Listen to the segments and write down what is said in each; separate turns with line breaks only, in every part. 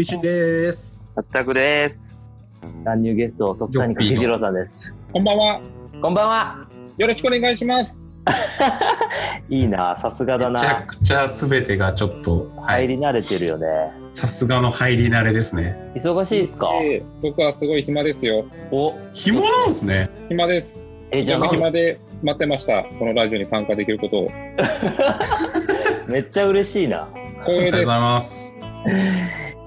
いしんです。
アスタクです。
乱入ゲスト、徳谷柿次郎さんです。
こんばんは。
こんばんは。
よろしくお願いします。
いいな、さすがだ
めちゃ
な。
くちゃ全てがちょっと、は
入
い、
り慣れてるよね。
さすがの入り慣れですね。
忙しいっすか
えー僕はすごい暇ですよ。
お、
紐なんですね。
暇です。
え、じゃあ
全部
なん
暇で待ってました。このラジオに参加できることを。
めっちゃ嬉しいな。
光
あり
栄
がとう
で
ご
す
ざい。ます。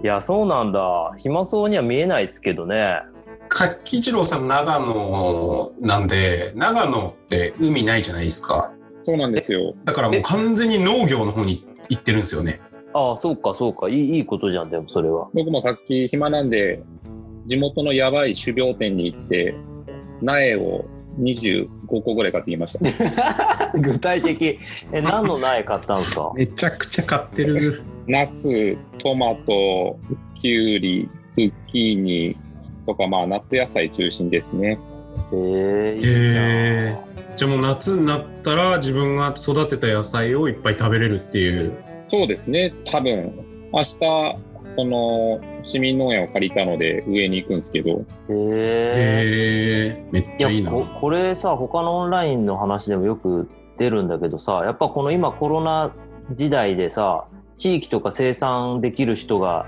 いや、そうなんだ。暇そうには見えないっすけどね。
柿次郎さん長野なんで、長野って海ないじゃないですか。
そうなんですよ。
だからも
え
う完全に農業の方に行ってるんですよね。
ああ、そうか、そうか。いい、いいことじゃん、でもそれは。
僕もさっき暇なんで、地元のやばい種苗店に行って、苗を25個ぐらい買ってき ました。
具体的。 え、何の苗買ったん すか
めちゃくちゃ買ってる。
ナス、トマト、キュウリ、ズッキーニとか、まあ夏野菜中心ですね。
えー、いいじ
へ
ゃ
ーじゃあもう夏になったら自分が育てた野菜をいっぱい食べれるっていう。
そうですね、多分明日その市民農園を借りたので上に行くんですけど、
ん。え
えー、めっ
い
ちゃ
や
いいな。
ここれさ他のオンラインの話でもよく出るんだけどさやっぱこの今コロナ時代でさ地域とか生産できる人が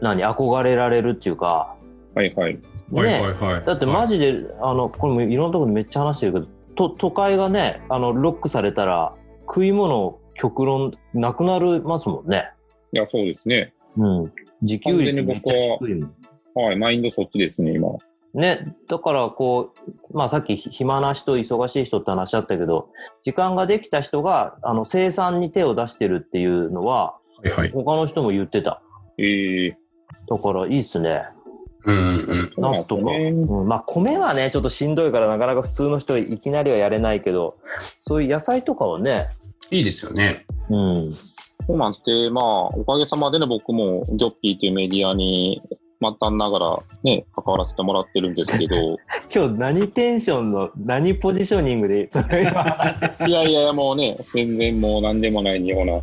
何憧れられるっていうか、
はいはい、
ね
はいはいはい。
だってマジで、あのこれもいろんなところでめっちゃ話してるけどと都会がねあのロックされたら食い物極論なくなりますもんね。
いや、そうですね、
うん、自給率めっちゃ低いもん。
はい、マインドそっちですね、今。
ね、だからこう、まあ、さっき暇な人、忙しい人って話だったけど、時間ができた人があの生産に手を出してるっていうのは、
はいはい。
他の人も言ってた。
えー、
だからいいっすね。
うんうん。
そうな
ナ
んで
ス
す
とか。
ね
うん、まあ米はね、ちょっとしんどいからなかなか普通の人いきなりはやれないけど、そういう野菜とかはね、
いいですよね。
うん。
そうなんですで、まあ、おかげさまでね、僕もギョッピーというメディアに末端ながらね、関わらせてもらってるんですけ ど、
今日何テンションの何ポジショニングで、それは
いやいや、もうね、全然もう何でもないような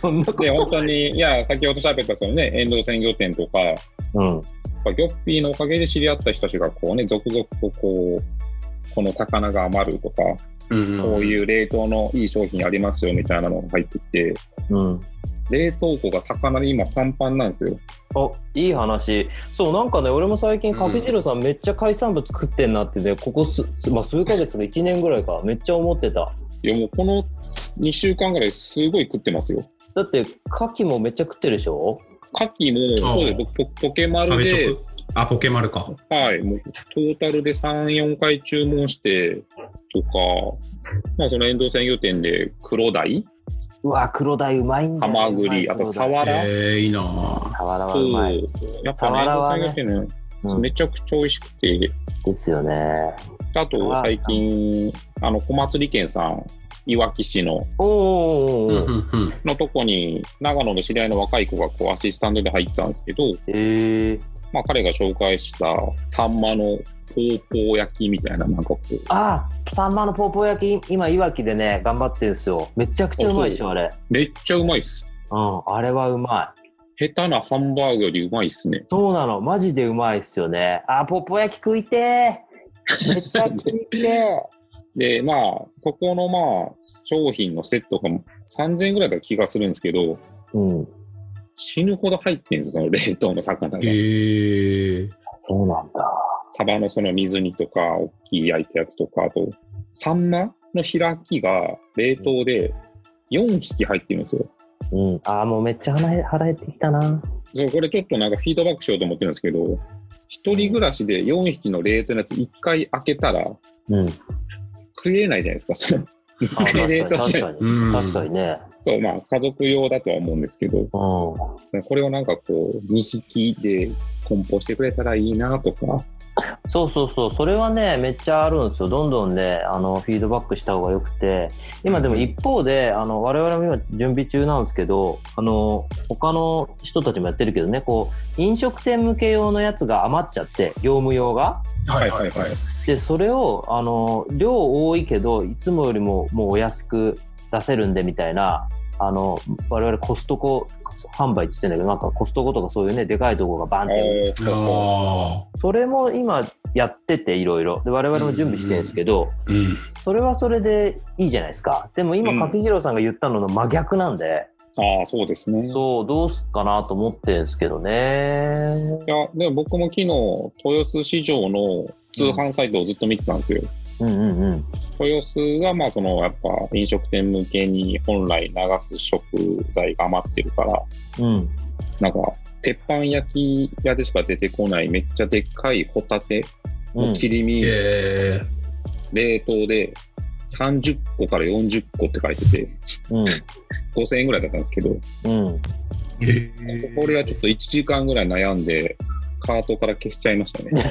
そんなこ
で、
と。
本当に、いや、先ほど喋ったそのね、遠藤鮮魚店とか、やっ
うん。
ぱギョッピーのおかげで知り合った人たちが、こうね、続々とこう、この魚が余るとか、
うん
こういう冷凍のいい商品ありますよみたいなのが入ってきて、
うん。
冷凍庫が魚で今パンパンなんですよ。
あいい話そうなんかね俺も最近柿次郎さん、めっちゃ海産物食ってんなってねここす、すまあ、数ヶ月か1年ぐらいかめっちゃ思ってた
いや、もうこの2週間ぐらいすごい食ってますよ。
だって牡蠣もめっちゃ食ってるでしょ
牡蠣も、
ああ
そうです、僕ポポケマ
食
ル
べ
で
と、くあ、ポケマルか。
はい、もうトータルで3、4回注文して、とか、まあその遠藤鮮魚店で黒鯛、
うわ黒鯛うまいんだ
ハ
よ
マグリ、あとサワラ、
えー、いいなぁ
サワラは
そう
うまい、
やっ
サワラは
ぱ
ね
ね、最ね
うん
めちゃくちゃ美味しくて、
ですよね
あ
サワ
と
ラ
最近、あの小松利県さん、いわき市の
おーお
う
ー
ん
おー
う
おー
んうん。
のとこに、長野の知り合いの若い子がこうアシスタントで入ったんですけど、
へえ
まあ、彼が紹介したサンマのポーポー焼きみたいな、なんかこう、
あサンマのポーポー焼き今いわきでね頑張ってるんですよめちゃくちゃうまいでしょあれ
めっちゃうまいっす。
うんあれはうまい
下手なハンバーグよりうまいっすね。
そうなの、マジでうまいっすよね。あ、ポッポ焼き食いてー。めっちゃ食いて
で、まあ、そこのまあ、商品のセットが3000円ぐらいだった気がするんですけど、
ー。 うん。
死ぬほど入ってるんですよ、その冷凍の魚が。
えー、
そうなんだ。
サバのその水煮とか、大きい焼いたやつとか、あと、サンマの開きが冷凍で4匹入ってるんですよ。
うん。あー、もうめっちゃ腹腹減ってきたな。
そう、これちょっとなんかフィードバックしようと思ってるんですけど、一人暮らしで4匹の冷凍のやつ1回開けたら
うん。
食えないじゃないですか、その。
あ 確かに、
冷凍し
確
て
かに。
うん
確かにね。
そう、まあ家族用だとは思うんですけど、
うん。
これをなんかこう、2匹で梱包してくれたらいいなとか、
そうそうそう。それはね、めっちゃあるんですよ。どんどんね、あの、フィードバックした方がよくて。今でも一方で、あの、我々も今準備中なんですけど、あの、他の人たちもやってるけどね、こう、飲食店向け用のやつが余っちゃって、業務用が。
はいはいはい。
でそれをあの量多いけどいつもよりももうお安く出せるんでみたいなあの我々コストコ販売って言ってんだけどなんかコストコとかそういうねでかいとこがバンって
え
ああ
それも今やってていろいろで我々も準備してるんですけど、
ー。うん。
それはそれでいいじゃないですかでも
うん
今柿次郎さんが言ったのの真逆なんで、
ー、ああ、そうですね。
そうどうすっかなと思ってるんですけどね
いや、でも僕も昨日、豊洲市場の通販サイトをずっと見てたんですよ。
うんうんうん
豊洲が、まあ、その、やっぱ、飲食店向けに本来流す食材が余ってるから、
うん
なんか、鉄板焼き屋でしか出てこない、めっちゃでっかいホタテ
う
の
ん
切り身、
えー
冷凍で30個から40個って書いてて、
うん
5000円ぐらいだったんですけど、
うん
え
これはちょっと1時間ぐらい悩んで、カートから消しちゃいましたね。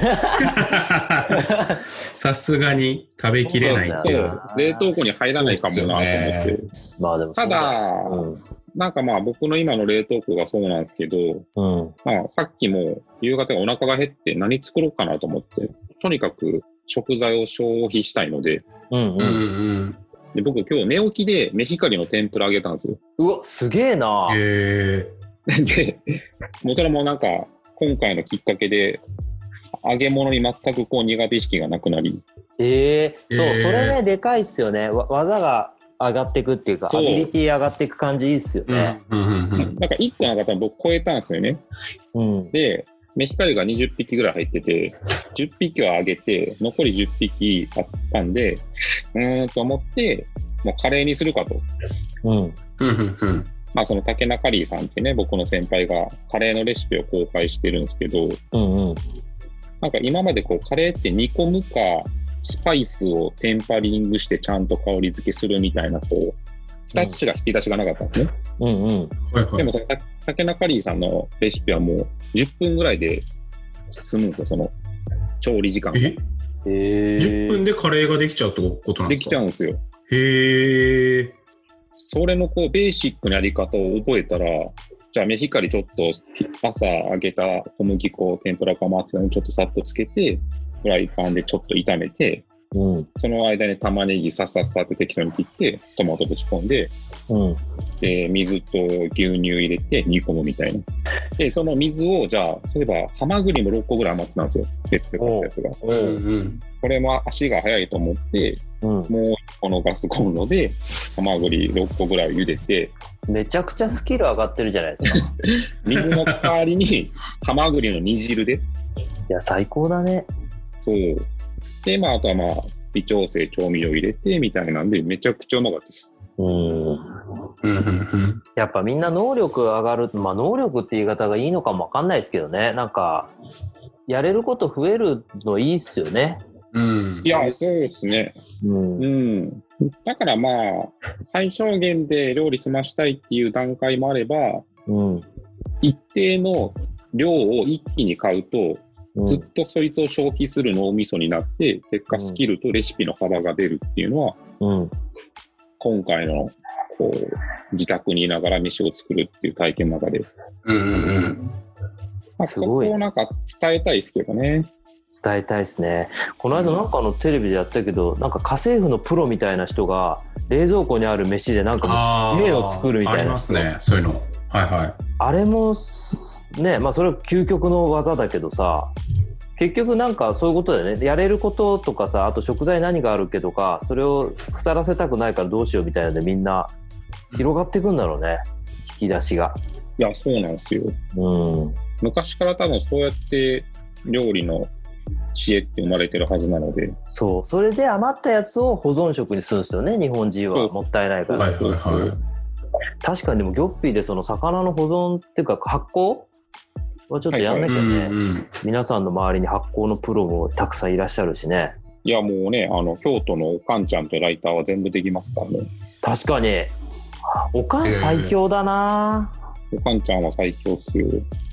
ー さすがに食べきれないって
そ
いうう。
う、冷凍庫に入らないかもなと思
そう
っ
っすよ
て
ね。
まあでもそ
た
うよ
だ、なんかまあ僕の今の冷凍庫がそうなんですけど、
うんうん
まあさっきも夕方お腹が減って何作ろうかなと思って、とにかく食材を消費したいので、
うん
う
うんん
うん。
で僕今日寝起きでメヒカリの天ぷらあげたんですよ。
うわすげえな
え
で、もうそれもなんか今回のきっかけで、揚げ物に全くこう苦手意識がなくなり、
ええそう、
ええ
それねでかいっすよねわ技が上がっていくっていうか
そ
ア
う
ビリティ上がっていく感じいいっすよ
ー。うん
ね
うんうん
なんか1個の方僕超えたんですよね。
うん
で、メヒカリが20匹ぐらい入ってて、10匹はあげて、残り10匹あったんで、うーんと思って、もうカレーにするかと。
うん
うんうんうん
まあその竹中里さんってね、僕の先輩がカレーのレシピを公開してるんですけど、
うんうん
なんか今までこうカレーって煮込むか、スパイスをテンパリングしてちゃんと香り付けするみたいな、こう、二つしか引き出しがなかったんですね。
うんうん
はいは
で
い。
もそのた竹中里さんのレシピはもう10分ぐらいで進むんですよ、その調理時間が。
え
ええ
10分でカレーができちゃうってことなん
で
で
き
す
ちゃ
か
うんですよ。
へえ。
それのこうベーシックなやり方を覚えたら、じゃあメヒカリちょっと朝揚げた小麦粉、天ぷら粉回ってたのにちょっとさっとつけて、フライパンでちょっと炒めて、
うん
その間に玉ねぎさっさっさって適当に切って、トマトぶち込んで、
うん
で水と牛乳入れて煮込むみたいな。で、その水をじゃあ、そういえばハマグリも6個ぐらい余ってたんですよ。別で買ったやつが。
う
うんん
うん。
これも足が早いと思って、
うん
もう1個のガスコンロでハマグリ6個ぐらいを茹でて、
めちゃくちゃスキル上がってるじゃない ですか
水の代わりに ハマグリの煮汁で、
いや最高だね
そう。で、まあ、あとはまあ、微調整、調味料入れてみたいなんで、めちゃくちゃうまかったです。
うん
うんうん
やっぱみんな能力上がる、まあ、能力って言い方がいいのかもわかんないですけどねなんかやれること増えるのいいっすよね
うん。うん。
いや、そうですね。
うん
う
うん
ん。だからまあ、最小限で料理済ましたいっていう段階もあれば、
うん
一定の量を一気に買うと、ずっとそいつを消費する脳みそになって、結果スキルとレシピの幅が出るっていうのは、
うん
今回の、こう、自宅にいながら飯を作るっていう体験の中で、
うんうんうん。
まあ、
す
そこ
ごい
をなんか伝えたいですけどね。
伝えたいですねこの間なんかあのテレビでやったけどなんか家政婦のプロみたいな人が冷蔵庫にある飯でなんかも
あ
う
ー
麺を作るみたいな
ありますね、そういうの。はいはい。
あれもすねまあそれは究極の技だけどさ結局なんかそういうことだよねやれることとかさあと食材何があるっけとかそれを腐らせたくないからどうしようみたいなのでみんな広がっていくんだろうね引き出しが。
いや、そうなんですよ。
うん
昔から多分そうやって料理の知恵って生まれてるはずなので、
そうそれで余ったやつを保存食にするんですよね日本人
そ
は
うそう
もったいないから。
はいはいはい。
確かにでもギョッピーでその魚の保存っていうか発酵はちょっとやんなきゃね、
うんうん
皆さんの周りに発酵のプロもたくさんいらっしゃるしね
いや、もうね、あの、京都のおかんちゃんとライターは全部できますからね。
確かにおかん最強だな、
おかんちゃんは最強っすよ。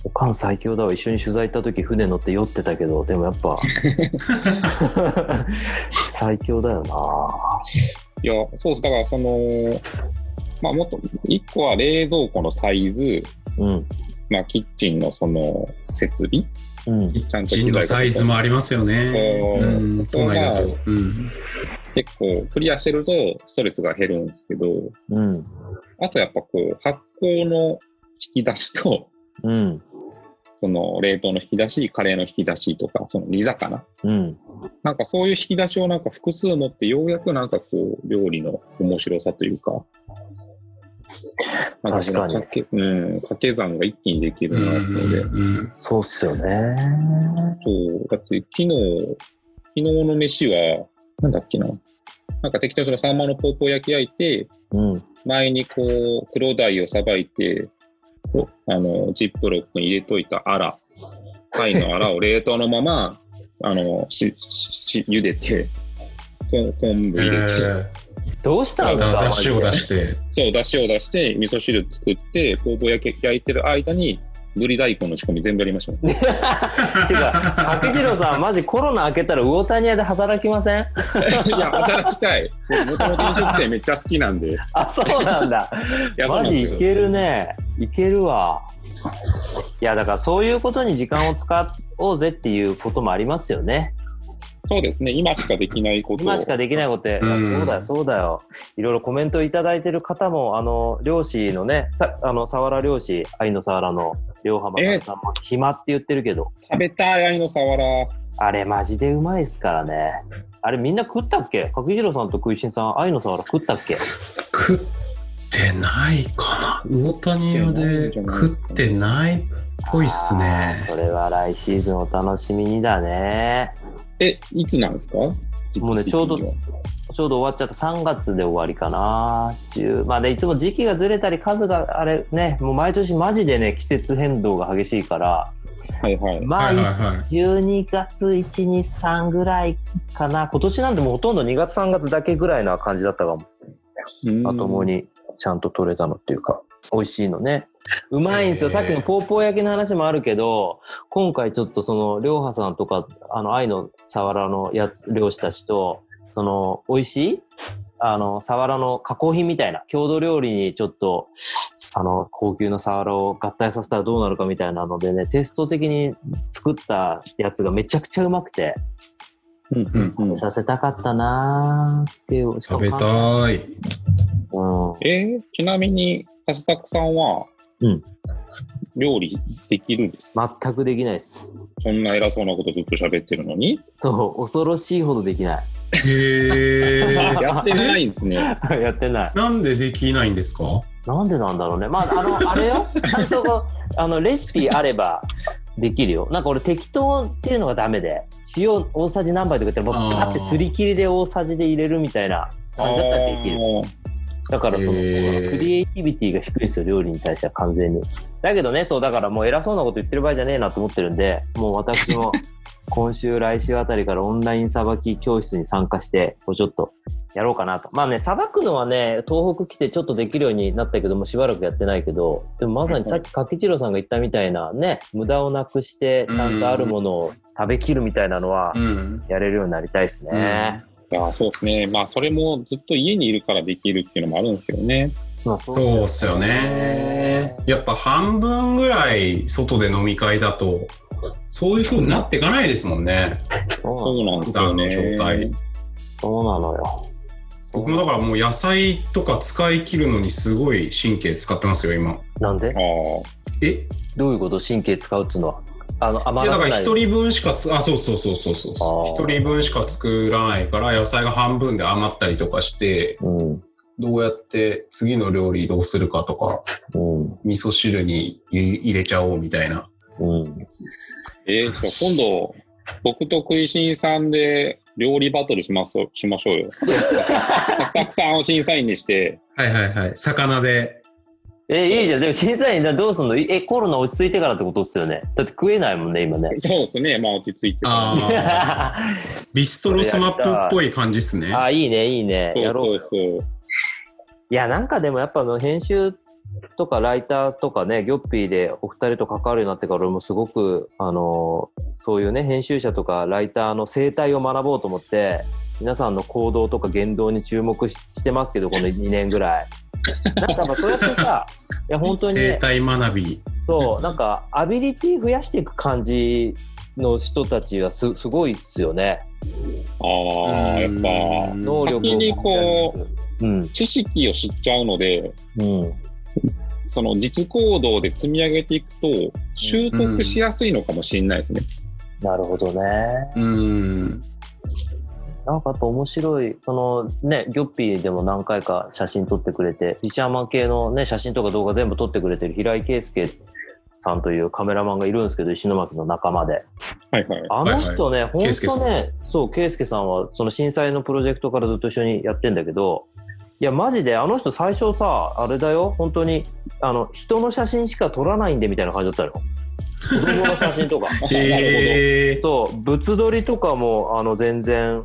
おかん最強だわ一緒に取材行った時船乗って酔ってたけどでもやっぱ最強だよない
や、そうです。だから、その、まあ、もっと、一個は冷蔵庫のサイズ、
うん
まあ、キッチンのその設備、
うん
キッチンのサイズもありますよね。
そう
うん、都内だと。うん。
結構クリアしてるとストレスが減るんですけど、
うん。
あとやっぱこう発酵の引き出しと、
うん。
その冷凍の引き出し、カレーの引き出しとか、その煮魚。
うん。
なんかそういう引き出しをなんか複数持って、ようやくなんかこう、料理の面白さというか、なんその
確かに
けうん、掛け算が一気にできる
う
なんと思って、
うん
そうっすよね。
そう、だって昨日、昨日の飯は、なんだっけな、なんか適当にそのサンマのポーポー焼き焼いて、
うん。
前にこう、黒鯛をさばいて、こうあの、ジップロックに入れといたアラ、貝のアラを冷凍のまま、 あの、し、し、茹でて、こ昆布
え
入れて、
ー
どうしたんですか
だしを出
し
して、
そう、出汁を出して、味噌汁作って、ポーポー焼き焼いてる間に、ぶり大根の仕込み全部やり ましょう。
ていうか、竹次郎さん、マジコロナ明けたら魚谷屋で働きません
いや、働きたい。もともと飲食店めっちゃ好きなんで。い
あ、そうなんだ。
や、そう
マ
な
ジ
んで
よ
す
いけるね。いけるわ。いや、だからそういうことに時間を使おうぜっていうこともありますよね。
そうですね。今しかできないことを。
今しかできないことで、いや
うん
そうだよ、そうだよ。いろいろコメントいただいてる方も、あの、漁師のね、さあの、サワラ漁師、愛のサワラの両浜さんさんも、暇って言ってるけど、
食べたい、愛のサワラ。
あれマジでうまいっすからね。あれみんな食ったっけ角次郎さんと食いしんさん、愛のサワラ食ったっけ
食ってないかな魚谷屋で食ってないっぽいっす
あー
ね
それは来シーズンお楽しみにだね。
え、いつなんですかも
もうねちょうどちょうど終わっちゃった3月で終わりかな。10まあでいつも時期がずれたり数があれね、もう毎年マジでね、季節変動が激しいから、
はいはい。
ま
は
あ、
いはいはい
12月1、2、3ぐらいかな。今年なんてもうほとんど2月、3月だけぐらいな感じだったかも。まとも
に。
にちゃんと取れたのっていうか、美味しいのね。うまいんです
へ
よ。
ー
さっきのポーポー焼きの話もあるけど、今回ちょっとその、りょうはさんとか、あの、愛のサワラのやつ、漁師たちと、その、美味しいあの、サワラの加工品みたいな、郷土料理にちょっと、あの、高級なサワラを合体させたらどうなるかみたいなのでね、テスト的に作ったやつがめちゃくちゃうまくて、
うんうんうん
させたかったなぁ、つけよう。しか
食
も
べたい
うん。
えーちなみに、カスタクさんは、
うん
料理できるんですか
全くできないです。
そんな偉そうなことずっと喋ってるのに。
そう、恐ろしいほどできない。
へえ
やってないんですね。
やってない。
なんでできないんですか
なんでなんだろうね。まあ、あの、あれ よ。ちゃんとこう、あの、レシピあればできるよ。なんか俺適当っていうのがダメで、塩大さじ何杯とか言って、もう
あー
パッてすり切りで大さじで入れるみたいな感じだったらできる。だからそ
へ
の、
ー
クリエイティビティが低いんですよ、料理に対しては完全に。だけどね、そう、だからもう偉そうなこと言ってる場合じゃねえなと思ってるんで、もう私も今週、来週あたりからオンラインさばき教室に参加して、こうちょっとやろうかなと。まあね、さばくのはね、東北来てちょっとできるようになったけども、しばらくやってないけど、でもまさにさっき柿次郎さんが言ったみたいな、ね、無駄をなくして、ちゃんとあるものを食べきるみたいなのは、
ん
やれるようになりたいですね。
あーいやそうですね。まあ、それもずっと家にいるからできるっていうのもあるんですけどね。
まあそ
そうっすよねやっぱ半分ぐらい外で飲み会だとそういう風になっていかないですもんね
そうな
そ
の
うなんですよね。
普段の状態
そうなのよ。
僕もだからもう野菜とか使い切るのにすごい神経使ってますよ今
なんで
あー
え
どういうこと神経使うっつうのはあの
い
余
や
ら
だか
せない
ら一人分しかつあそうそうそうそうそう
あー
一人分しか作らないから野菜が半分で余ったりとかして
うん
どうやって次の料理どうするかとか
うん
味噌汁に入入れちゃおうみたいな
うん
えーそう今度、僕と食いしんさんで料理バトルしましょうしましょう よ。スタッフさんを審査員にして、
はいはいはい魚で
えいいじゃんでも審査員だどうすんのいえコロナ落ち着いてからってことっすよねだって食えないもんね今ね
そうですね、まあ落ち着いてから。
ああ
あ
ビストロスマップっぽい感じっすね
いいねいいね
そ
や
う
ろう
そう
よ
そう。
いやなんかでもやっぱあの編集とかライターとかねギョッピーでお二人と関わるようになってから俺もすごくあのそういうね編集者とかライターの生態を学ぼうと思って皆さんの行動とか言動に注目ししてますけどこの2年ぐらい。なんかまあそうやってさいや本当に、
生
ね、
態学び
そうなんかアビリティ増やしていく感じの人たちはすすごいっすよね。
ああ、やっぱ、
うん
能力を
先にこ
う。うん。
知識を知っちゃうので、
うん。
その実行動で積み上げていくと、習得しやすいのかもしれないですね。
なるほどね。
うん。
なんかあと面白い、そのね、ギョッピーでも何回か写真撮ってくれて、フィッシャーマン系のね、写真とか動画全部撮ってくれてる平井圭介さんというカメラマンがいるんですけど、石巻の仲間で。
はいはい。
あの人
い
ね、本
圭介さん
当ね、そう、圭介さんは、その震災のプロジェクトからずっと一緒にやってんだけど、いや、マジで、あの人最初さ、あれだよ、本当に、あの、人の写真しか撮らないんでみたいな感じ だったの。子供の写真とか。
へえ。
と物撮りとかもあの全然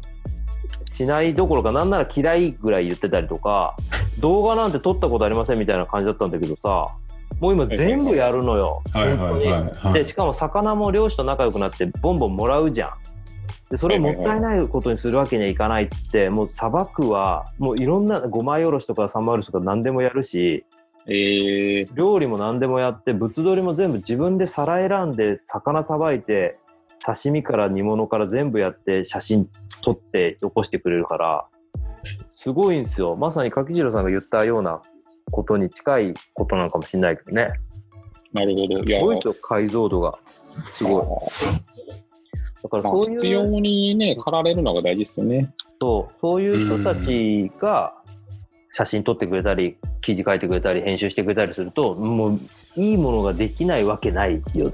しないどころかなんなら嫌いぐらい言ってたりとか動画なんて撮ったことありませんみたいな感じだったんだけどさもう今全部やるのよ。
はいはいはい
本当
は
に
い
でしかも魚も漁師と仲良くなってボンボンもらうじゃん。でそれをもったいないことにするわけにはいかないっつってもう砂漠はもういろんな5枚おろしとか3枚おろしとか何でもやるし
ええー、
料理も何でもやって物撮りも全部自分で皿選んで魚さばいて刺身から煮物から全部やって写真撮って残してくれるからすごいんですよまさに柿次郎さんが言ったようなことに近いことなのかもしれないけどね
なるほど。いや
すごいですよ解像度がすごいだから
まあ
そう
必
い
要
う
にね、駆られるのが大事ですよね。
そうそういう人たちが写真撮ってくれたり記事書いてくれたり編集してくれたりするともういいものができないわけないよね。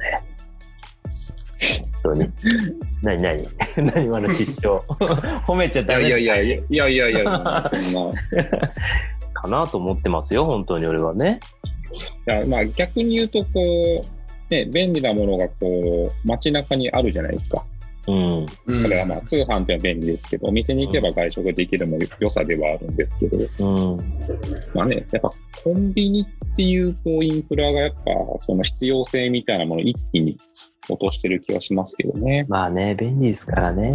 本当に 何何 何今の失笑 褒めちゃ
い
ダ
や
メ
いやいやいやいやいやいや、そんな。
かなと思ってますよ本当に俺はね。
いやまあ逆に言うとこう、ね、便利なものがこう街中にあるじゃないですか。
うん
うん
それはまあ通販っていうのは便利ですけど、お店に行けば外食できるのも良さではあるんですけど、
うん
まあね、やっぱコンビニっていうこうインフラがやっぱその必要性みたいなものを一気に落としてる気はしますけどね。
まあね便利ですからね。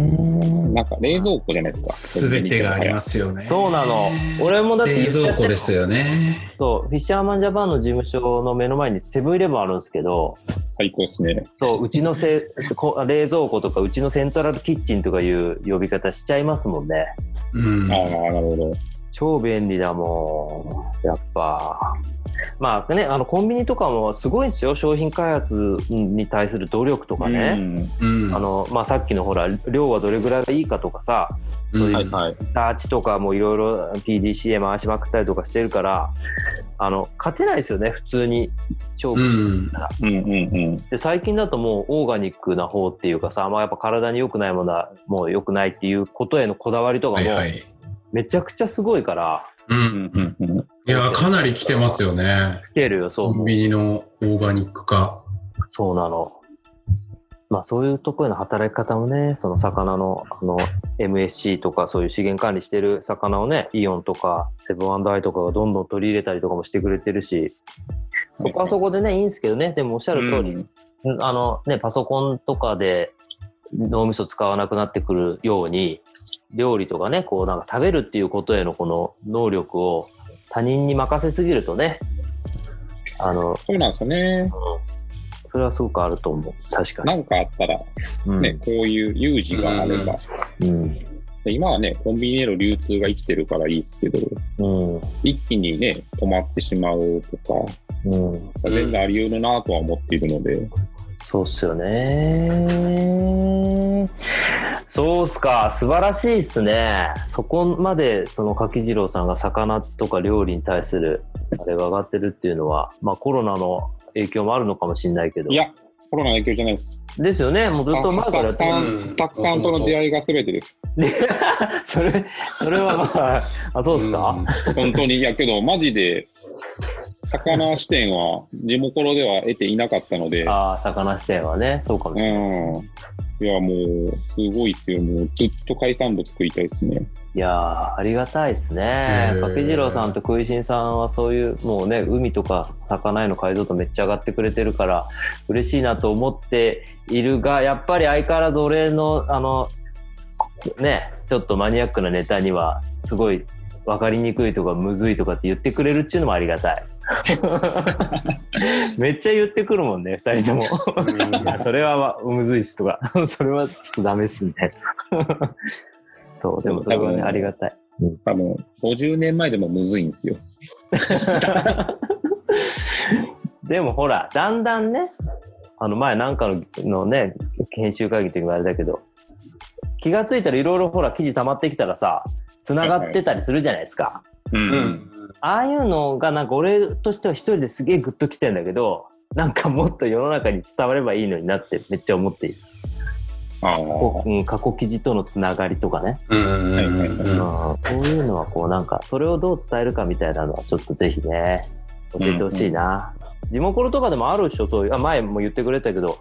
なんか冷蔵庫じゃないですか。。
すべてがありますすよね。
そうなの俺もだって言
冷
っちゃって
蔵庫ですよね。
そうフィッシャーマンジャパンの事務所の目の前にセブンイレブンあるんですけど。
最高ですね。
そう、うちのせこ冷蔵庫とか、うちのセントラルキッチンとかいう呼び方しちゃいますもんね。
うん。
ああ、なるほど。
超便利だもん、やっぱ。まあね、あのコンビニとかもすごいんですよ、商品開発に対する努力とか
う
ね。
ん
うん
あのまあ、さっきのほら量はどれぐらいがいいかとかさ
うん
はいはい。
ダーチとかもいろいろ PDCA 回しまくったりとかしてるからあの勝てないですよね普通に勝負
うん。
うんうんうん。
で最近だともうオーガニックな方っていうかさ、まあ、やっぱ体に良くないものはもう良くないっていうことへのこだわりと
は
かも
いはい。
めちゃくちゃすごいから
う。
うんんうんうん。
いや、かなり来てますよね。
来てるよそう
コ
も
ン
う
ビニのオーガニック化。
そうなの。まあそういうところへの働き方もねその魚のあの MSC とかそういう資源管理してる魚をねイオンとかセブンアイとかがどんどん取り入れたりとかもしてくれてるしそこはそこでねいいんですけどねでもおっしゃる通り、
うん
あのね、パソコンとかで脳みそ使わなくなってくるように、料理とかね、こうなんか食べるっていうことへのこの能力を他人に任せすぎるとね、あの、
そうなんですよね。
それはすごくあると思う。確かに。
なんかあったら、
うん
ね、こういう有事があれば、
うん。
で今はね、コンビニへの流通が生きてるからいいですけど、
うん。
一気にね、止まってしまうとか、
うん。
全然あり得るなとは思っているので、
そうっすよね。そうっすか。素晴らしいっすね。そこまで、その柿次郎さんが魚とか料理に対する、あれが上がってるっていうのは、まあコロナの影響もあるのかもしれないけど。
いや、コロナの影響じゃないです。
ですよね。もうずっと前
ス
か
タッ
ら
フさ、
うんん
スタッフさんとの出会いが全 てです。
それ、それはまあ、あ、そうっすか。
ん
本当に。いやけど、マジで、魚視点は、地元では得ていなかったので、
ああ、魚視点はね、そうかも
うん。
しれない。
いや、もう、すごいっていう、もう、ずっと海産物食いたいですね。
いやーありがたいです
へ。
ね
ー
柿次郎さんと食いしんさんはそういうもうね海とか魚への解像度めっちゃ上がってくれてるから嬉しいなと思っているがやっぱり相変わらず俺のあのねちょっとマニアックなネタにはすごい分かりにくいとかむずいとかって言ってくれるっていうのもありがたい めっちゃ言ってくるもんね2人ともいやそれはわむずいっすとか それはちょっとダメっすみたいな そうでもそれは
多
ね
分
ありがたい
多分、50年前でもむずいんですよ。
でもほらだんだんねあの前なんかののね研修会議というかあれだけど気がついたらいろいろほら記事溜まってきたらさつながってたりするじゃないですか、
う
うんん。
ああいうのがなんか俺としては一人ですげえグッときてんだけどなんかもっと世の中に伝わればいいのになってめっちゃ思っている
ああ。
こう、うん、過去記事とのつながりとかね、
うん。うん。
はいは
う
い
ん
は
うん
うん
こういうのはこうなんかそれをどう伝えるかみたいなのはちょっとぜひね教えてほしいな、地元ロとかでもあるでしょそういうあ前も言ってくれたけど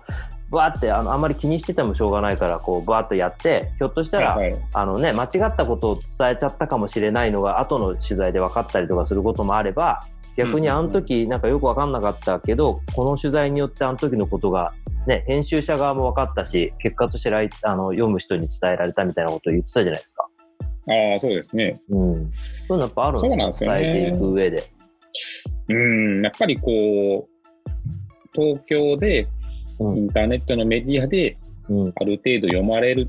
バーってあのあんまり気にしててもしょうがないからこうバーっとやってひょっとしたら、
はいはい
あのね、間違ったことを伝えちゃったかもしれないのが後の取材で分かったりとかすることもあれば逆に
うん
あ
うんうん
の時なんかよく分かんなかったけど、この取材によってあの時のことが、ね、編集者側も分かったし結果としてライあの読む人に伝えられたみたいなことを言ってたじゃないですか。
ああ、そうですね。
うん、そういうのやっぱあるん
そうなん
で
ですす
よ
よね
伝えていく上で。
うん、やっぱりこう、東京で
うん
インターネットのメディアで
うん
ある程度読まれる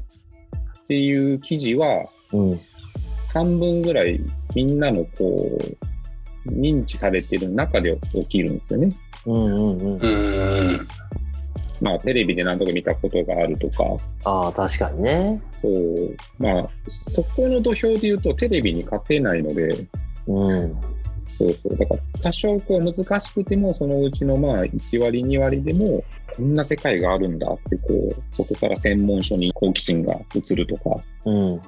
っていう記事は、
うん
半分ぐらいみんなのこう、認知されてる中で起きるんですよね。
うんうんうん、
うん。
まあ、テレビで何度か見たことがあるとか、
ああ確かにね。
そう、まあ、そこの土俵で言うとテレビに勝てないので、
うん
そうそう。だから、多少こう難しくても、そのうちのまあ、1割、2割でも、こんな世界があるんだって、こう、そこから専門書に好奇心が移るとか、
うん、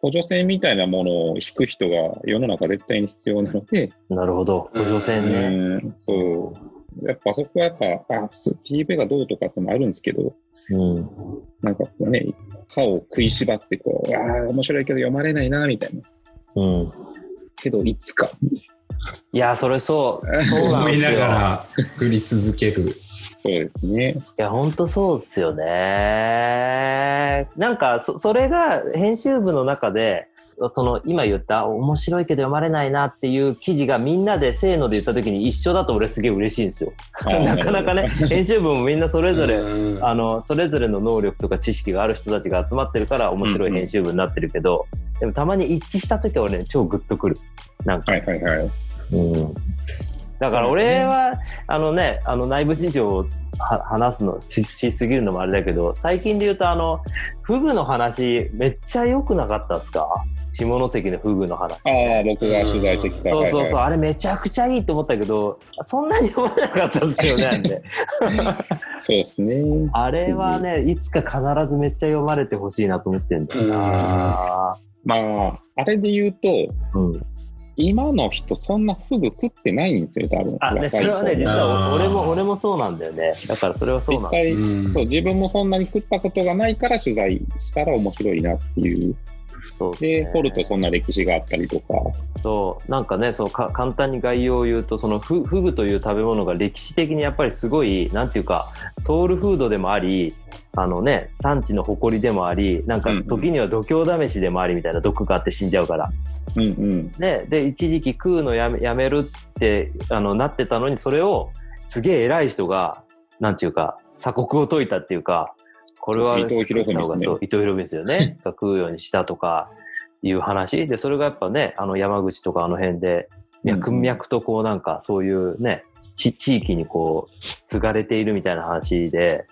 補助線みたいなものを引く人が世の中絶対に必要なので、
なるほど補助線
う
ね。
ん、そう。やっぱそこはやっぱ、あ、PV がどうとかってのもあるんですけど、
うん
なんかこうね、歯を食いしばってこう、ああ、面白いけど読まれないな、みたいな。
うん、
けど、いつか。
いやそれそうそうなん
思
で
い
す
な
よ
が。ら作り続ける。
そうですね。
いや、ほんとそうっすよね。なんか、そ、それが編集部の中で、その、今言った、面白いけど読まれないなっていう記事がみんなで、せーので言った時に一緒だと俺すげえ嬉しいんですよ。 なかなかね、編集部もみんなそれぞれ、
うん
あの、それぞれの能力とか知識がある人たちが集まってるから面白い編集部になってるけど、でもたまに一致した時は俺ね、超グッとくる。なんか。
はいはいはい。
うんだから
そうですね
俺は、あのねあの内部事情をは話すのししすぎるのもあれだけど最近で言うとあのフグの話めっちゃ良くなかったっすか下関のフグの話
ああ、僕が取材してきた。
そうそうそう、
は
あれめちゃくちゃいいと思ったけどそんなに読まなかったっすよねあれ ね
いはいそうですね。
あれはねいつか必ずめっちゃ読まれてほしいなと思ってんだよな
まあ、あれで言うと、
うん、
今の人、そんなフグ食ってないんですよ、多分。
あねそれはね
若い
実
子
は俺も俺もそうなんだよねだからそれはそうなん
実
だよ
際、
うん
そう、自分もそんなに食ったことがないから取材したら面白いなっていう。
そうすね
で、掘るとそんな歴史があったりとか。
そうなんかねそうか簡単に概要を言うとそのフフグという食べ物が歴史的にやっぱりすごいなんていうかソウルフードでもありあのね産地の誇りでもありなんか
うんうん
時には度胸試しでもありみたいな毒があって死んじゃうから。
うんうん。
ね、で一時期食うのやめやめるってあのなってたのにそれをすげえ偉い人がなんていうか鎖国を解いたっていうかこれは
伊藤博文ですね
そう伊藤博文です よねが食うようにしたとかいう話でそれがやっぱねあの山口とかあの辺で脈々とこうなんかそういうね地地域にこう継がれているみたいな話で、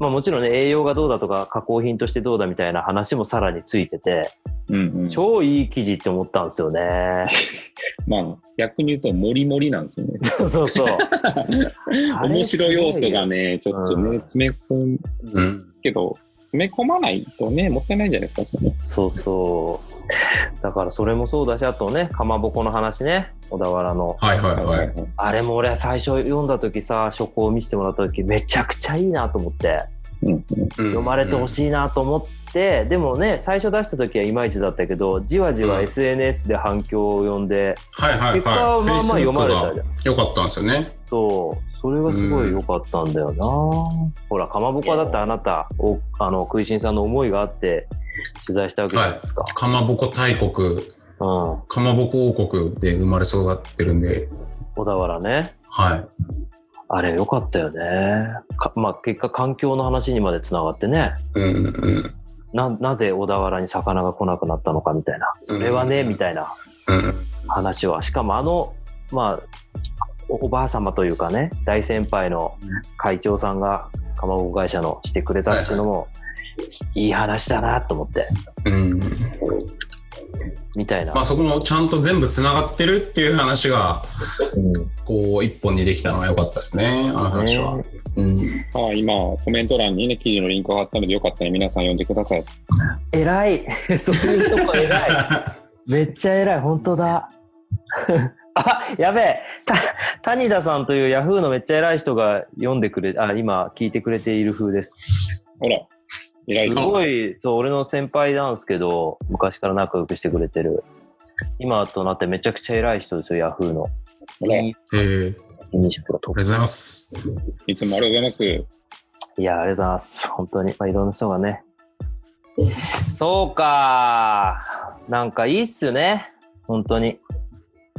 まあ、もちろんね栄養がどうだとか加工品としてどうだみたいな話もさらについてて
うんうん。
超いい記事って思ったんですよね。
まあ、逆に言うと、もりもりなんですよね。
そう そう。
面白い要素が
ね。
ね、ちょっと
う
ね、
ん
詰め込む
うん
けど、詰め込まないとね、もったいないじゃないですか、その。
そうそう。だからそれもそうだし、あとね、かまぼこの話ね、小田原の。
はいはいはい。
あれも俺最初読んだ時さ、書稿を見せてもらった時、めちゃくちゃいいなと思って、
うん
読
読まれてほ
い。
しいなと思って、でもね、最初出した時はいまいちだったけど、じわじわ
うん
SNS で反響を呼んで、
はいはいはい。
結果はまあまあ読まれたじゃ
よ
ん。
かったんですよね。
そう、それがすごい良かったんだよな。ほら、かまぼこはだってあなた、おあの、食いしんさんの思いがあって取材したわけじゃないですか。
かまぼこ大国
うん。
かまぼこ王国で生まれ育ってるんで、
小田原ね。
はい。
あれ良かったよね。かまあ結果環境の話にまでつながってね。
うんうんうん。
な、なぜ小田原に魚が来なくなったのかみたいな。それはね、
うん
みたいな
うん
話は。しかもあの、まあ、おおばあ様というかね、大先輩の会長さんが、かまぼこ会社のしてくれたっていうのも、いい話だなと思って、
うん。
みたいな
ま。あそこもちゃんと全部つながってるっていう話が、
うん
こう、一本にできたのは良かったですね、あの話は。
ね
うん。
まあ、今、コメント欄にね、記事のリンクを貼ったので、よかったら皆さん読んでください。
偉い そういうとこ偉い めっちゃ偉い本当だ あやべえた谷田さんというヤフーのめっちゃ偉い人が読んでくれあ今聞いてくれている風です
ほら、偉い
す
ぞ
ごいそう俺の先輩なんですけど昔から仲良くしてくれてる今となってめちゃくちゃ偉い人ですよヤフーの
ほら
いい
えー、ありがと
印象がトッ
うございます。
いつもありがとうございます。
プいやありがとうございます本当に、まあ、いろんな人がねそうかなんかいいっすよね本当に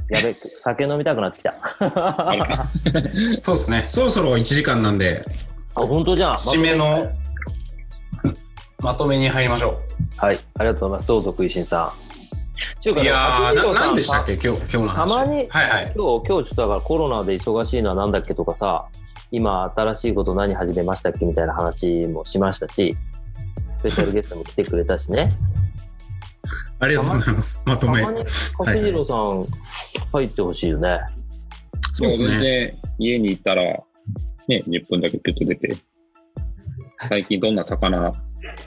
やべ酒飲みたくなってきた
あら
そうですね。そろそろ1時間なんで、
あ、本当じゃん。
締めのまとめに入りましょ
はい、ありがとうございます。どうぞ、食いしんさん。ちゅう
う。
か
い
ね
やー、な
角田さん
なんでしたっけ、今日、今日の話。
たまに
はいはい。
今日、今日ちょっとだからコロナで忙しいのはなんだっけとかさ、今、新しいこと何始めましたっけみたいな話もしましたし、スペシャルゲストも来てくれたしね。
ありがとうございます。ま
た
と
ま
め。
に、かけじろさん入ってほしいよね。
そうです
全
ね。
然家に行ったら、ね、10分だけピュッと出て、最近どんな魚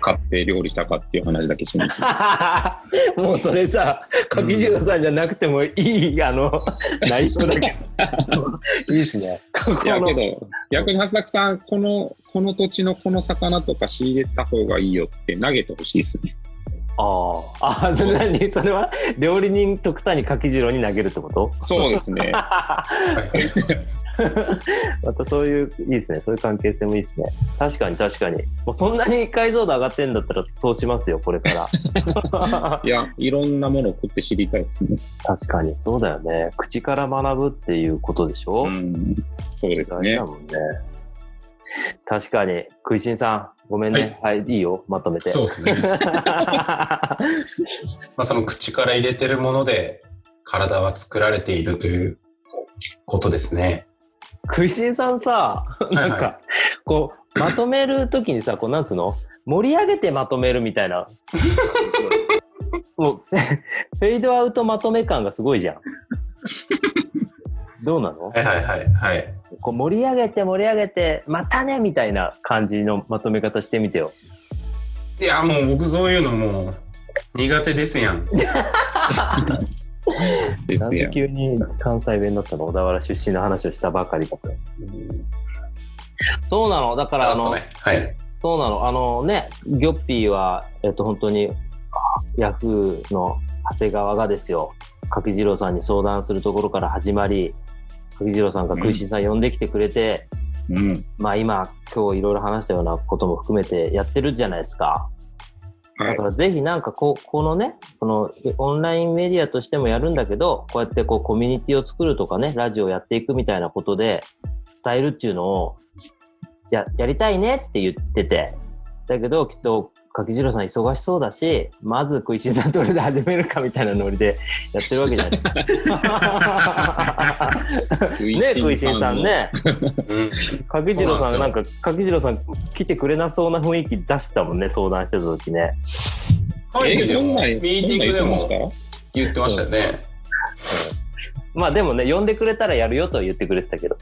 買って料理したかっていう話だけします。
もうそれさ、かけじろさんじゃなくてもいい、あの、内容だけど。いいですね。
い や
この
けど、逆に橋崎さん、この、この土地のこの魚とか仕入れた方がいいよって投げてほしいですね。
ああ、あ、なに、それは料理人徳谷柿次郎に投げるってこと。
そうですね。
またそういう、いいですね。そういう関係性もいいですね。確かに、確かに。もうそんなに解像度上がってんだったら、そうしますよ、これから。
いや、いろんなものを食って知りたいですね。
確かに、そうだよね。口から学ぶっていうことでしょ、
うん。そうです
大事
ね
だ。もんね。確かに、食いしんさん、ごめんね。はい、いいよ、まとめて。
そうですね。
う
まあ、その口から入れてるもので、体は作られているということですね。
クイシンさんさ、なん
はいは
か、こう、まとめるときにさ、こう、なんつうの盛り上げてまとめるみた いな。もう、フェイドアウトまとめ感がすごいじゃん。どうなの
はいはいはいはい。
こう盛り上げて盛り上げて、またねみたいな感じのまとめ方してみてよ。
いや、もう僕そういうのもう苦手ですやん。
で
なん
す
で
よ。
急に関西弁だったの小田原出身の話をしたばかりだったのそうなの。だから、あ
さらっ
の
と、ね。はい。
そうなの。あのね、ギョッピーは、えっと、本当に、あヤフーの長谷川がですよ、柿次郎さんに相談するところから始まり、柿次郎さんが食いしんさん呼んできてくれて、
うん。
まあ今、今日いろいろ話したようなことも含めてやってるじゃないですか。
は
だ
い
か。らぜひなんかこう、このね、そのオンラインメディアとしてもやるんだけど、こうやってこうコミュニティを作るとかね、ラジオやっていくみたいなことで伝えるっていうのをややりたいねって言ってて、だけどきっと柿次郎さん忙しそうだし、まず食いしんさんどれで始めるかみたいなノリでやってるわけじゃないですか。
食
ね、食いしんさん。ね。
うん。
柿次郎さん、
そう
な
なんん
か柿次郎さん来てくれなそうな雰囲気出したもんね、相談してた時ね。
会
え、
議で
そん
も、
なん、
ミーティングで
そんなん言って
も
まし
言ってましたよね。
まあでもね、呼んでくれたらやるよとは言ってくれてたけど。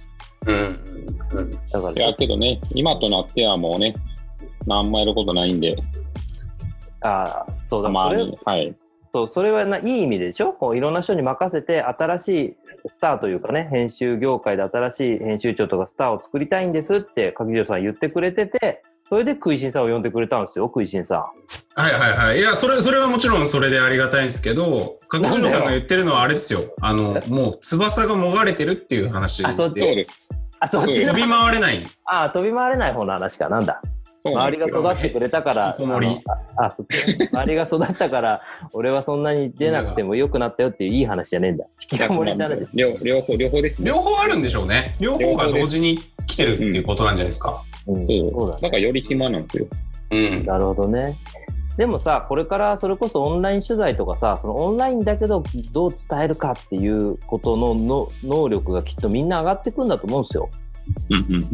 うん。うん
だから
たいや、けどね、今となってはもうね、何もやることないんで、
ああ、そう
た
だ、そ
ま
れ
に。はい。
そうそれはないい意味でしょこういろんな人に任せて、新しいスターというかね、編集業界で新しい編集長とかスターを作りたいんですって、柿城さん言ってくれてて、それで食いしんさんを呼んでくれたんですよ、食いしんさ
はいはいはい。いや、それ、それはもちろんそれでありがたいんですけど、角次郎さんが言ってるのはあれですよ。あの、もう翼がもがれてるっていう話で。
あそっち
そうです。
ん。あ、そっち
飛
の、
び回れない。
ああ、飛び回れない方の話か、なんだ。
そうなん
周
で
りが
すよ
育ってくれたから、
引きこもり
あのああそっち周りが育ったから、俺はそんなに出なくても良くなったよっていういい話じゃねえんだ。引きこもりだね。
両両方、両方ですね。
両方あるんでしょうね。両方が同時に来てるっていうことなんじゃないですか。
うん、
そう
そうだ
だ
ね。
からより暇なんですよ。
うん。
なるほどね。でもさ、これからそれこそオンライン取材とかさ、そのオンラインだけどどう伝えるかっていうことのの能力がきっとみんな上がってくんだと思うんですよ。
うんうんうん。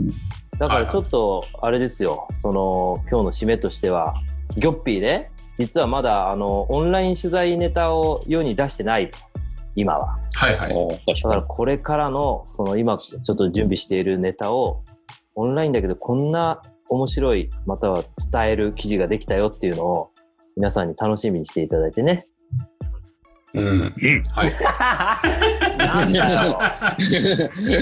だか
はい
ら
はい
ちょっとあれですよ、その今日の締めとしては、ギョッピーで、実はまだあのオンライン取材ネタを世に出してない、今は。
はいはい。
ああ、
だか
確からに。
これからのその今ちょっと準備しているネタをオンラインだけどこんな面白いまたは伝える記事ができたよっていうのを皆さんに楽しみにしていただいてね。
うん。
うん
はい。
なんだよ
い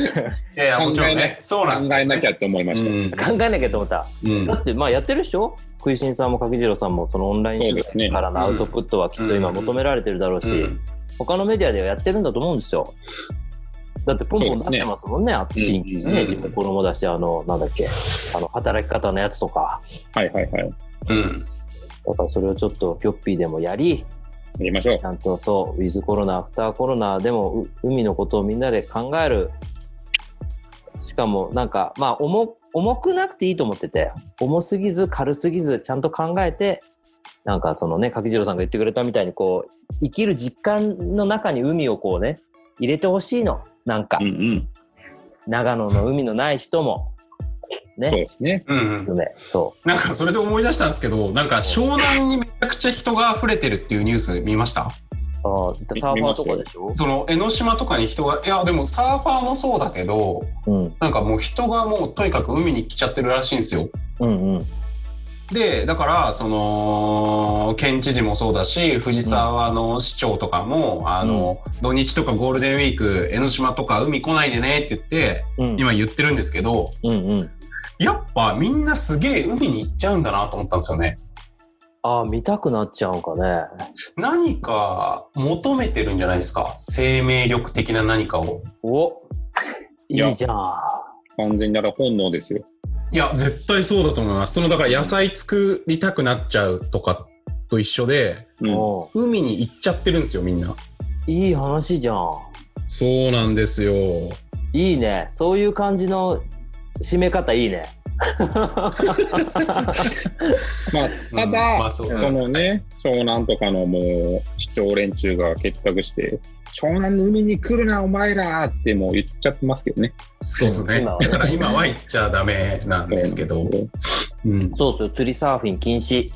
やいや、もちろんね。そうなんです
考えなき
ゃ。
ゃって思いま
う
した。
ん。
考えなきゃと思った。
うん
だってまあやってるでしょ食いしんさんも角次郎さんもそのオンライン
そう
取
ですね
材からのアウトプットはきっと今求められてるだろうし、
うん
他のメディアではやってるんだと思うんですよ。だってポンポン出してますもんね、あ新規
うんうん
う
ね、
ん
自分子供だし、あの、なんだっけ、あの、働き方のやつとか、
はいはいはい。
うん。
だからそれをちょっとギョッピーでもやり、
やりましょう
ち。ゃんとそう、ウィズコロナ、アフターコロナでもう海のことをみんなで考える。しかもなんか、まあ重、重くなくていいと思ってて、重すぎず軽すぎずちゃんと考えて、なんかそのね、柿次郎さんが言ってくれたみたいにこう、生きる実感の中に海をこうね、入れてほしいの。なんか、
うんうん。
長野の海のない人も、ね
そうですね。
うんうん。
ね、そ
なんかそれで思い出したんですけど、なんか湘南にめちゃくちゃ人が溢れてるっていうニュース見ました
う。あーサーファーとかでしょ
その江ノ島とかに人が、いやでもサーファーもそうだけど、
うん。
なんかもう人がもうとにかく海に来ちゃってるらしいんですよ。
うんうん。
で、だから、その、県知事もそうだし、藤沢の市長とかも、あの、土日とかゴールデンウィーク、江ノ島とか海来ないでねって言って、
うん。
今言ってるんですけど、
うんうん。
やっぱみんなすげえ海に行っちゃうんだなと思ったんですよね。
ああ、見たくなっちゃうんかね。
何か求めてるんじゃないですか生命力的な何かを。
お
い
い
や
いじゃん。
完全なら本能ですよ。
いや、絶対そうだと思います。その、だから野菜作りたくなっちゃうとかと一緒で、
うん。
お
海に行っちゃってるんですよ、みんな。
ういい話じゃん。
そうなんですよ。
いいね。そういう感じの締め方いいね。
まあ、ただ、
うんまあそう
そのね、湘南とかのもう、市長連中が結託して、湘南の海に来るな、お前らってもう言っちゃってますけどね。
そうですね。
今は
だから今は行っちゃダメなんですけど。うん。
そうそう、釣りサーフィン禁止。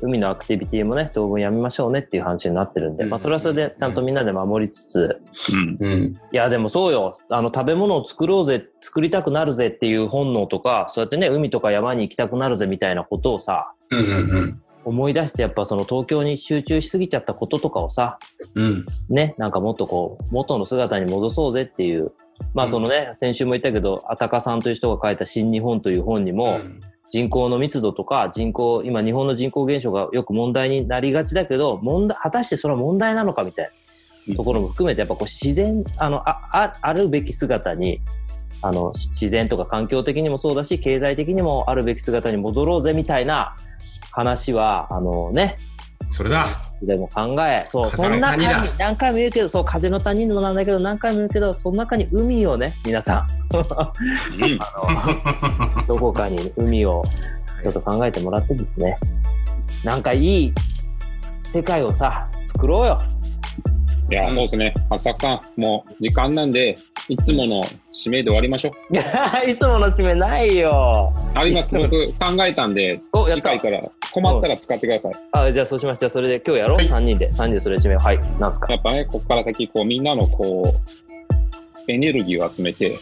海のアクティビティもね、当分やめましょうねっていう話になってるんで、
うん
まあそれはそれでちゃんとみんなで守りつつ、
うん。
うん。
いやでもそうよ、あの食べ物を作ろうぜ、作りたくなるぜっていう本能とか、そうやってね、海とか山に行きたくなるぜみたいなことをさ、
うんうん
思い出してやっぱその東京に集中しすぎちゃったこととかをさ、
うん。うん。
ね、なんかもっとこう、元の姿に戻そうぜっていう。まあそのね、先週も言ったけど、あたかさんという人が書いた新日本という本にも、人口の密度とか人口、今日本の人口減少がよく問題になりがちだけど、問題、果たしてそれは問題なのかみたいなところも含めて、やっぱこう自然、あの、あ、ああるべき姿に、あの、し自然とか環境的にもそうだし、経済的にもあるべき姿に戻ろうぜみたいな話は、あのね、
それだ。
でも考え、そう、そ
風の
の中に
谷だ
何回も言うけど、そう、風の谷にもなんだけど、何回も言うけど、その中に海をね、皆さ
うん。
ん、あのどこかに海をちょっと考えてもらってですね、なんかいい世界をさ、作ろうよ。
いや、そうですね。浅草さん、もう時間なんで、いつもの指名で終わりましょう。
いやいつもの締めないよ。
あります。僕考えたんで、
お、やっ
次
た
回。から困ったら使ってください。
あ、じゃあそうしました。それで今日やろう。
はい
3人で。3人でそれ締めよう。はい。なんすか
や。っぱね、ここから先、こう、みんなのこう、エネルギーを集めて、
うん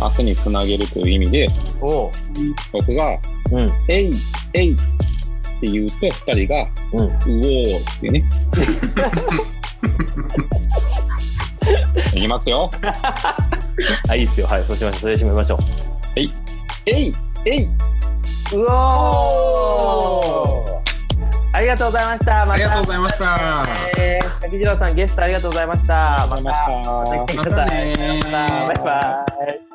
明日につなげるという意味で、
おう。
僕が、
うん。
えい、えいって言うと、二人が、
うん
うおーっ てね。いきますよ。
あ、いいっすよ。はい。そうしましょう。それで締めましょ
えい、えい。
う。うおーありがとうございました。また
ありがとうございました。
えー、滝次郎さんゲストありがとうございました。
ありがとうございました。
また来てくださ
ま
い。
たねー
さようならバイバイ。